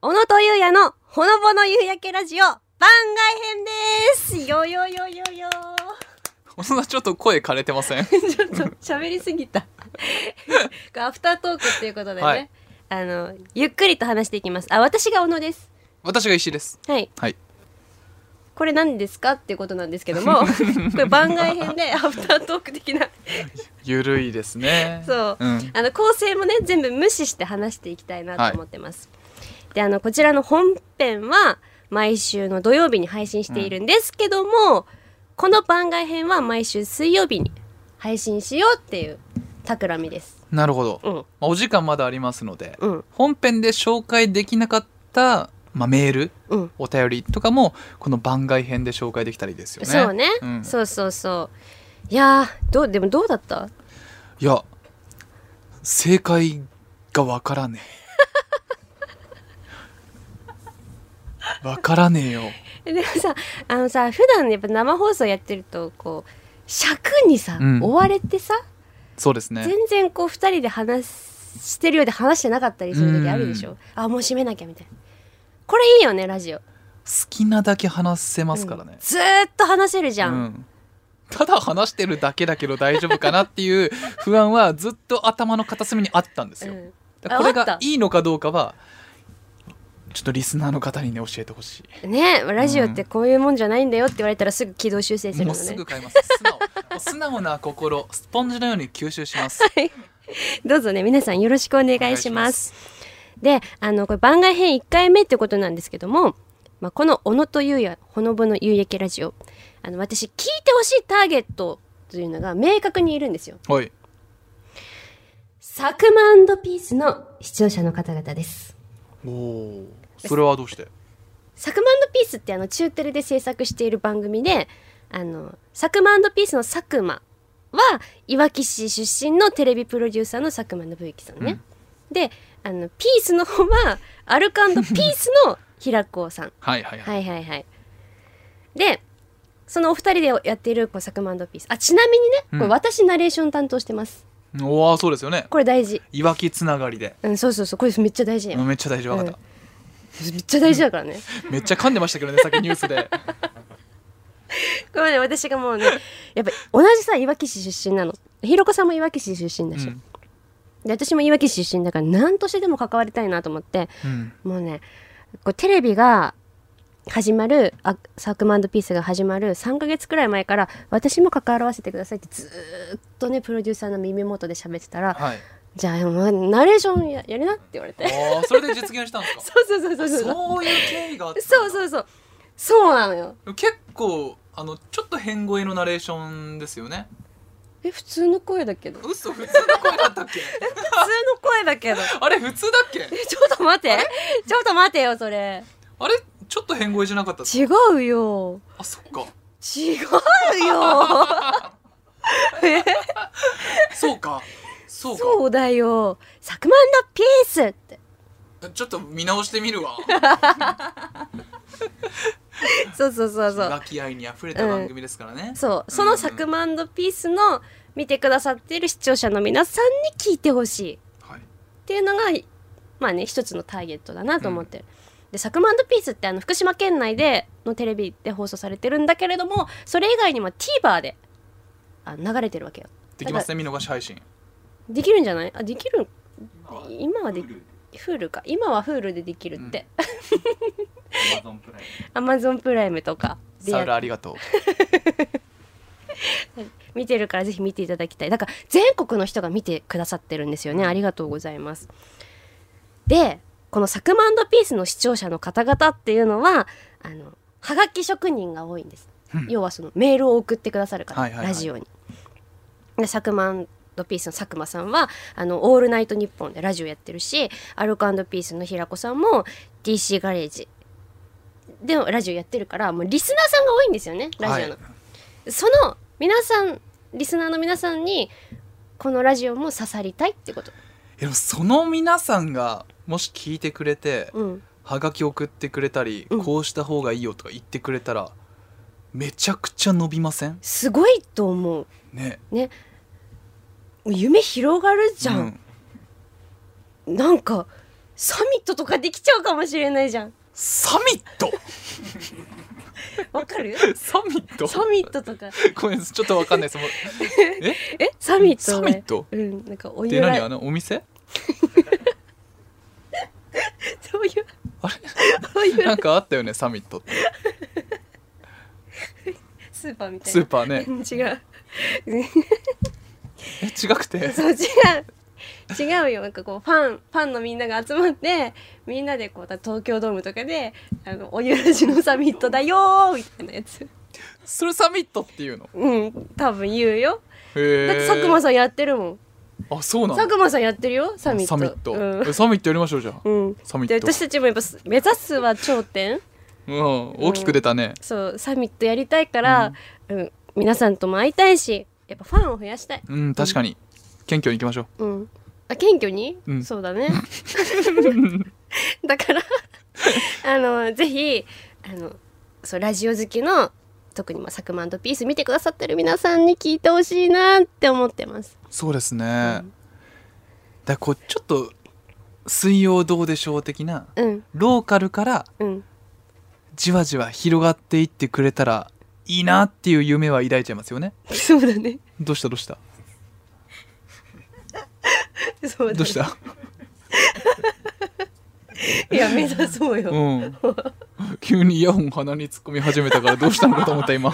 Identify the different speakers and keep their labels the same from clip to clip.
Speaker 1: 小野とゆうやのほのぼの夕焼けラジオ番外編ですよよよよよ
Speaker 2: そんなちょっと声枯れてませ ん
Speaker 1: ちょっと喋りすぎ たアフタートークっていうことでね、
Speaker 2: はい
Speaker 1: あのゆっくりと話していきますあ私が小野です
Speaker 2: 私が石井です
Speaker 1: はい
Speaker 2: はい
Speaker 1: これ何ですかっていうことなんですけど もこれ番外編でアフタートーク的な
Speaker 2: ゆるいですね
Speaker 1: そう、
Speaker 2: うん、
Speaker 1: あの構成もね全部無視して話していきたいなと思ってます、であのこちらの本編は毎週の土曜日に配信しているんですけども、この番外編は毎週水曜日に配信しようっていう企みです
Speaker 2: なるほど、
Speaker 1: う
Speaker 2: ま
Speaker 1: ん
Speaker 2: あ、お時間まだありますので、
Speaker 1: うん
Speaker 2: 本編で紹介できなかった、まあ、メール
Speaker 1: うん
Speaker 2: お便りとかもこの番外編で紹介できたらいいですよね
Speaker 1: そうね、
Speaker 2: うん
Speaker 1: そうそうそういやーどうでもどうだった
Speaker 2: いや正解がわからね えわからねえよ
Speaker 1: でもさあのさ普段やっぱ生放送やってるとこう尺にさ、
Speaker 2: うん
Speaker 1: 追われてさ
Speaker 2: そうですね
Speaker 1: 全然こう2人で話してるようで話してなかったりする時あるでしょ、
Speaker 2: う
Speaker 1: あもう閉めなきゃみたいなこれいいよねラジオ
Speaker 2: 好きなだけ話せますからね、
Speaker 1: ずーっと話せるじゃん、
Speaker 2: うん、ただ話してるだけだけど大丈夫かなっていう不安はずっと頭の片隅にあったんです
Speaker 1: う
Speaker 2: よ、
Speaker 1: ん
Speaker 2: だからこ
Speaker 1: あ
Speaker 2: れ
Speaker 1: あった
Speaker 2: がいいのかどうかはちょっとリスナーの方にね教えてほし
Speaker 1: ねラジオってこういうもんじゃないんだよって言われたらすぐ軌道修正す
Speaker 2: い
Speaker 1: る
Speaker 2: も
Speaker 1: の
Speaker 2: うす
Speaker 1: ね
Speaker 2: ぐ買います素直もう素直な心スポンジのように吸収します
Speaker 1: どうぞね皆さんよろしくお願いします
Speaker 2: お願いします
Speaker 1: であのこれ番外編1回目ってことなんですけども、まあ、この「小野とゆうやほのぼの夕焼けラジオ」あの私聞いてほしいターゲットというのが明確にいるんですよ
Speaker 2: はい
Speaker 1: サクマピースの視聴者の方々です
Speaker 2: おおそれはどうして
Speaker 1: サクマピースってあの中テレで制作している番組であのサクマピースの佐久間はいわき市出身のテレビプロデューサーの佐久間信之さんね、であのピースの方はアルカンドピースの平子さん
Speaker 2: はいはい
Speaker 1: は
Speaker 2: はい、
Speaker 1: いはいはいでそのお二人でやっているこうサクマピースあちなみにねこれ
Speaker 2: うん
Speaker 1: 私ナレーション担当してます、
Speaker 2: おおそうですよね
Speaker 1: これ大事
Speaker 2: いわきつながりで
Speaker 1: うんそうそうそうこれめっちゃ大事だよ、
Speaker 2: めっちゃ大事わかった、
Speaker 1: めっちゃ大事だからね
Speaker 2: めっちゃ噛んでましたけどねさっきニュース で
Speaker 1: ごめんね私がもうね やっぱ同じさいわき市出身なのひろこさんもいわき市出身だし、
Speaker 2: うん
Speaker 1: で私もいわき市出身だから何としてでも関わりたいなと思って
Speaker 2: うん
Speaker 1: もうねこうテレビが始まるあサークマンドピースが始まる3ヶ月くらい前から私も関わらせてくださいってずーっとねプロデューサーの耳元で喋ってたら
Speaker 2: はい
Speaker 1: 「じゃあもうナレーションややりな」って言われて
Speaker 2: おーそれで実現したんですか
Speaker 1: そうそうそうそうそうそう
Speaker 2: そういう経緯があったんだ
Speaker 1: そうそうそうそうなのよ
Speaker 2: 結構あのちょっと変声のナレーションですよね
Speaker 1: え普通の声だけど普通
Speaker 2: 嘘普通の声だった っけ
Speaker 1: の声だけど
Speaker 2: あれ普通だっけ
Speaker 1: えちょっと待ってちょっと待てよそれ
Speaker 2: あれちょっと変声じゃなかったっす
Speaker 1: 違うよ
Speaker 2: あそっか
Speaker 1: 違う よえ
Speaker 2: そうかそうか
Speaker 1: そうだよサクマンのピースって
Speaker 2: ちょっと見直してみるわ
Speaker 1: そうそう そうそう
Speaker 2: ガキ愛に溢れた番組ですからね、
Speaker 1: そうそのサクマンのピースの見てくださってる視聴者の皆さんに聞いてほしいっ
Speaker 2: はい、
Speaker 1: ていうのがまあね一つのターゲットだなと思ってる、でサクマンのピースってあの福島県内でのテレビで放送されてるんだけれどもそれ以外にも TVer であ流れてるわけよ
Speaker 2: できますね見逃し配信
Speaker 1: できるんじゃないあできる今はでフールか今はフールでできるって、 アマゾンプライムとかで
Speaker 2: サウル
Speaker 1: や
Speaker 2: ありがとう
Speaker 1: 見てるからぜひ見ていただきたいだから全国の人が見てくださってるんですよねありがとうございますでこの「サクマンドピース」の視聴者の方々っていうのはあのはがき職人が多いんです、
Speaker 2: うん
Speaker 1: 要はそのメールを送ってくださるから、
Speaker 2: はいはいはい
Speaker 1: ラジオに。でサクマンドピースの佐久間さんは「あのオールナイトニッポン」でラジオやってるしアルコピースの平子さんも DC ガレージでラジオやってるからもうリスナーさんが多いんですよねラジオの。
Speaker 2: はい
Speaker 1: その皆さんリスナーの皆さんにこのラジオも刺さりたいってこと。
Speaker 2: でもその皆さんがもし聞いてくれて、
Speaker 1: うん、
Speaker 2: はがき送ってくれたり、
Speaker 1: うん
Speaker 2: こうした方がいいよとか言ってくれたらめちゃくちゃ伸びません
Speaker 1: すごいと思う。
Speaker 2: ね
Speaker 1: ね。夢広がるじゃん。
Speaker 2: うん
Speaker 1: なんかサミットとかできちゃうかもしれないじゃん
Speaker 2: サミット
Speaker 1: わかる
Speaker 2: サミッ ト
Speaker 1: サミットとか
Speaker 2: ごめんちょっとわかんない ですもうえ
Speaker 1: えサミットね
Speaker 2: サミット
Speaker 1: うんなんかお湯
Speaker 2: で何
Speaker 1: ら
Speaker 2: あのお店
Speaker 1: そういう
Speaker 2: あ
Speaker 1: そうい
Speaker 2: れな
Speaker 1: うん
Speaker 2: かあったよねサミットって
Speaker 1: スーパーみたい
Speaker 2: ス
Speaker 1: な
Speaker 2: ーパーね
Speaker 1: 違う
Speaker 2: え違く て
Speaker 1: そう違う違うよなんかこうファンファンのみんなが集まってみんなでこうだ東京ドームとかであのおゆらじのサミットだよーみたいなやつ
Speaker 2: それサミットっていうの
Speaker 1: うん多分言うよ
Speaker 2: へえ
Speaker 1: だって佐久間さんやってるもん
Speaker 2: あそうなんだ
Speaker 1: 佐久間さんやってるよサミット
Speaker 2: サミット、
Speaker 1: う
Speaker 2: えサミットやりましょうじゃあ
Speaker 1: ん、うん、
Speaker 2: サミ
Speaker 1: で
Speaker 2: ット
Speaker 1: 私たちもやっぱす目指すは頂点
Speaker 2: うん大きく出たね
Speaker 1: そうサミットやりたいから、うん皆さんとも会いたいしやっぱファンを増やしたい
Speaker 2: うん、確かに謙虚に行きましょう
Speaker 1: うんあ謙虚に、
Speaker 2: うん
Speaker 1: そうだ ねだから あのぜひあのそうラジオ好きの特にまあサクマンドピース見てくださってる皆さんに聞いてほしいなって思ってます
Speaker 2: そうですね、
Speaker 1: ん
Speaker 2: だからこうちょっと水曜どうでしょう的な
Speaker 1: うん
Speaker 2: ローカルから
Speaker 1: うん
Speaker 2: じわじわ広がっていってくれたらいいなっていう夢は抱いちゃいますよね
Speaker 1: そうだね
Speaker 2: どうしたどうした
Speaker 1: そうだね
Speaker 2: どうした
Speaker 1: いや目指そうよ、
Speaker 2: うん 急にイヤホン鼻に突っ込み始めたからどうしたのかと思った今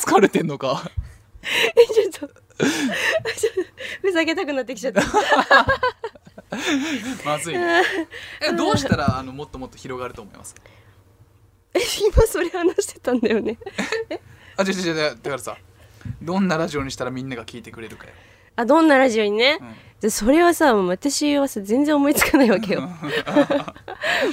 Speaker 2: 疲れてんのか
Speaker 1: えちょっと ちょっとふざけたくなってきちゃった
Speaker 2: まずい ねえどうしたらあのもっともっと広がると思います
Speaker 1: え今それ話してたんだよね
Speaker 2: あ違う違う違うだからさどんなラジオにしたらみんなが聞いてくれるかよ、
Speaker 1: あどんなラジオにね、
Speaker 2: うん
Speaker 1: でそれはさもう私はさ全然思いつかないわけよ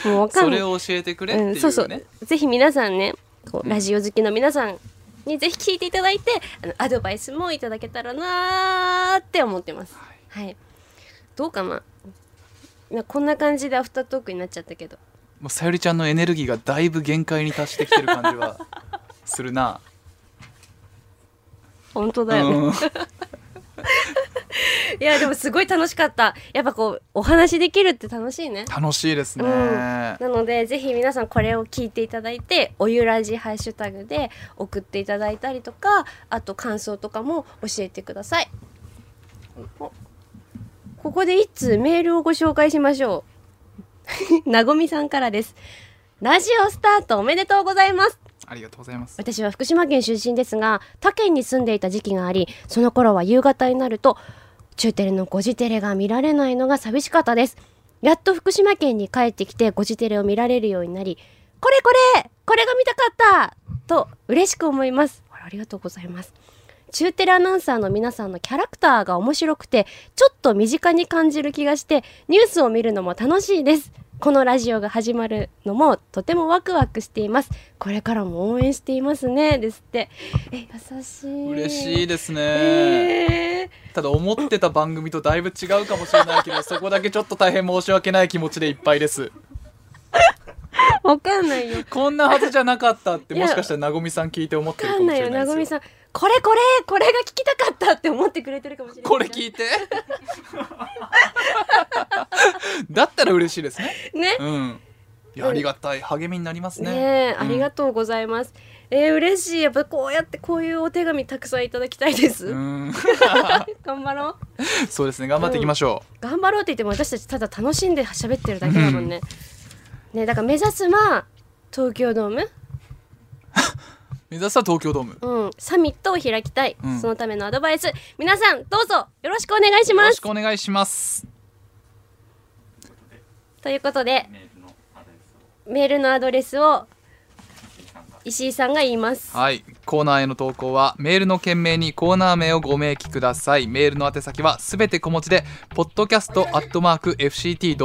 Speaker 1: もうわか
Speaker 2: そ
Speaker 1: んない
Speaker 2: れを教えてくれっていううね、
Speaker 1: ん、そうそうぜひ皆さんねこうラジオ好きの皆さんにぜひ聞いていただいてあのアドバイスもいただけたらなーって思ってます
Speaker 2: はい
Speaker 1: はいどうかななこんな感じでアフタートークになっちゃったけど
Speaker 2: もうさゆりちゃんのエネルギーがだいぶ限界に達してきてる感じはするな、
Speaker 1: 本当
Speaker 2: う
Speaker 1: だよね、
Speaker 2: ん、
Speaker 1: いやでもすごい楽しかったやっぱこうお話できるって楽しいね
Speaker 2: 楽しいですね、
Speaker 1: うんなのでぜひ皆さんこれを聞いていただいて「おゆらじ」ハッシュタグで送っていただいたりとかあと感想とかも教えてくださいおここで一通メールをご紹介しましょう なごみさんからですラジオスタートおめでとうございます
Speaker 2: ありがとうございます
Speaker 1: 私は福島県出身ですが他県に住んでいた時期がありその頃は夕方になると中テレのゴジテレが見られないのが寂しかったですやっと福島県に帰ってきてゴジテレを見られるようになりこれこれこれが見たかったと嬉しく思いますあらありがとうございます中テレアナウンサーの皆さんのキャラクターが面白くてちょっと身近に感じる気がしてニュースを見るのも楽しいですこのラジオが始まるのもとてもワクワクしていますこれからも応援していますねですってえ優しい
Speaker 2: 嬉しいですね、
Speaker 1: え
Speaker 2: ただ思ってた番組とだいぶ違うかもしれないけどそこだけちょっと大変申し訳ない気持ちでいっぱいです
Speaker 1: ー、わかんないよ
Speaker 2: こんなはずじゃなかったって
Speaker 1: いや
Speaker 2: もしかしたらなごみさん聞いて思っ
Speaker 1: わ
Speaker 2: てる
Speaker 1: か
Speaker 2: か
Speaker 1: ん
Speaker 2: も
Speaker 1: な
Speaker 2: し
Speaker 1: い
Speaker 2: れ
Speaker 1: よ
Speaker 2: な
Speaker 1: ないご
Speaker 2: で
Speaker 1: み
Speaker 2: すよ
Speaker 1: さんこれこれこれが聞きたかったって思ってくれてるかもしれない
Speaker 2: これ聞いて だったら嬉しいですね
Speaker 1: ね
Speaker 2: うんいやありがたい励みになります
Speaker 1: ね
Speaker 2: ね
Speaker 1: え、
Speaker 2: う
Speaker 1: あ
Speaker 2: ん
Speaker 1: りがとうございますえー、嬉しいやっぱこうやってこういうお手紙たくさんいただきたいです、
Speaker 2: うん
Speaker 1: 頑張ろう
Speaker 2: そうですね頑張っていきましょ
Speaker 1: 頑張ろうって言っても私たちただ楽しんで喋ってるだけだもんね、ねだから目指すは東京ドーム、
Speaker 2: う目指すは東京ドーム
Speaker 1: うん、サミットを開きたい、
Speaker 2: うん
Speaker 1: そのためのアドバイス皆さんどうぞよろしくお願いし
Speaker 2: よ
Speaker 1: ま
Speaker 2: ろ
Speaker 1: す
Speaker 2: しくお願いします
Speaker 1: ということでメールのアドレスを石井さんが言います
Speaker 2: はいコーナーへの投稿はメールの件名にコーナー名をご明記くださいメールの宛先はすべて小文字で podcast.fct.jp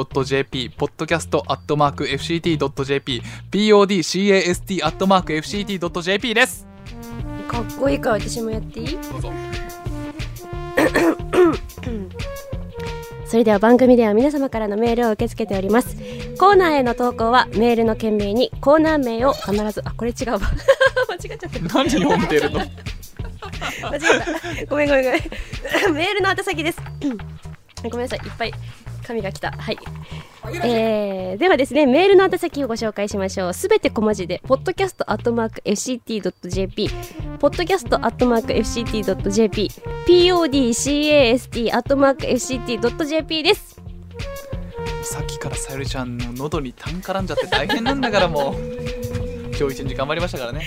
Speaker 2: podcast.fct.jp podcast.fct.jp です
Speaker 1: かっこいいから私もやっていい
Speaker 2: どうぞ
Speaker 1: それでは番組では皆様からのメールを受け付けておりますコーナーへの投稿はメールの件名にコーナー名を必ずあこれ違うわ 間違っちゃった
Speaker 2: 何読んでるの
Speaker 1: 間違えた。ごめんごめんごめん。メールの宛先です。 ごめんなさいいっぱい紙が来たはいえー、ではですねメールの宛先をご紹介しましょうすべて小文字で podcast.fct.jp podcast.fct.jp podcast.fct.jp です
Speaker 2: さっきからさゆりちゃんの喉に痰絡んじゃって大変なんだからもう今日一日頑張りましたからね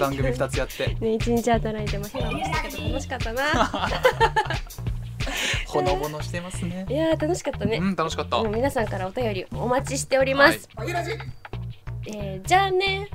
Speaker 2: 番組2つやって
Speaker 1: ね一日働いても変なことしたけど楽しかったな
Speaker 2: ほのぼのしてますね
Speaker 1: いやー楽しかった ね
Speaker 2: う、ん楽しかった
Speaker 1: もう皆さんからお便りお待ちしております、えーじゃあね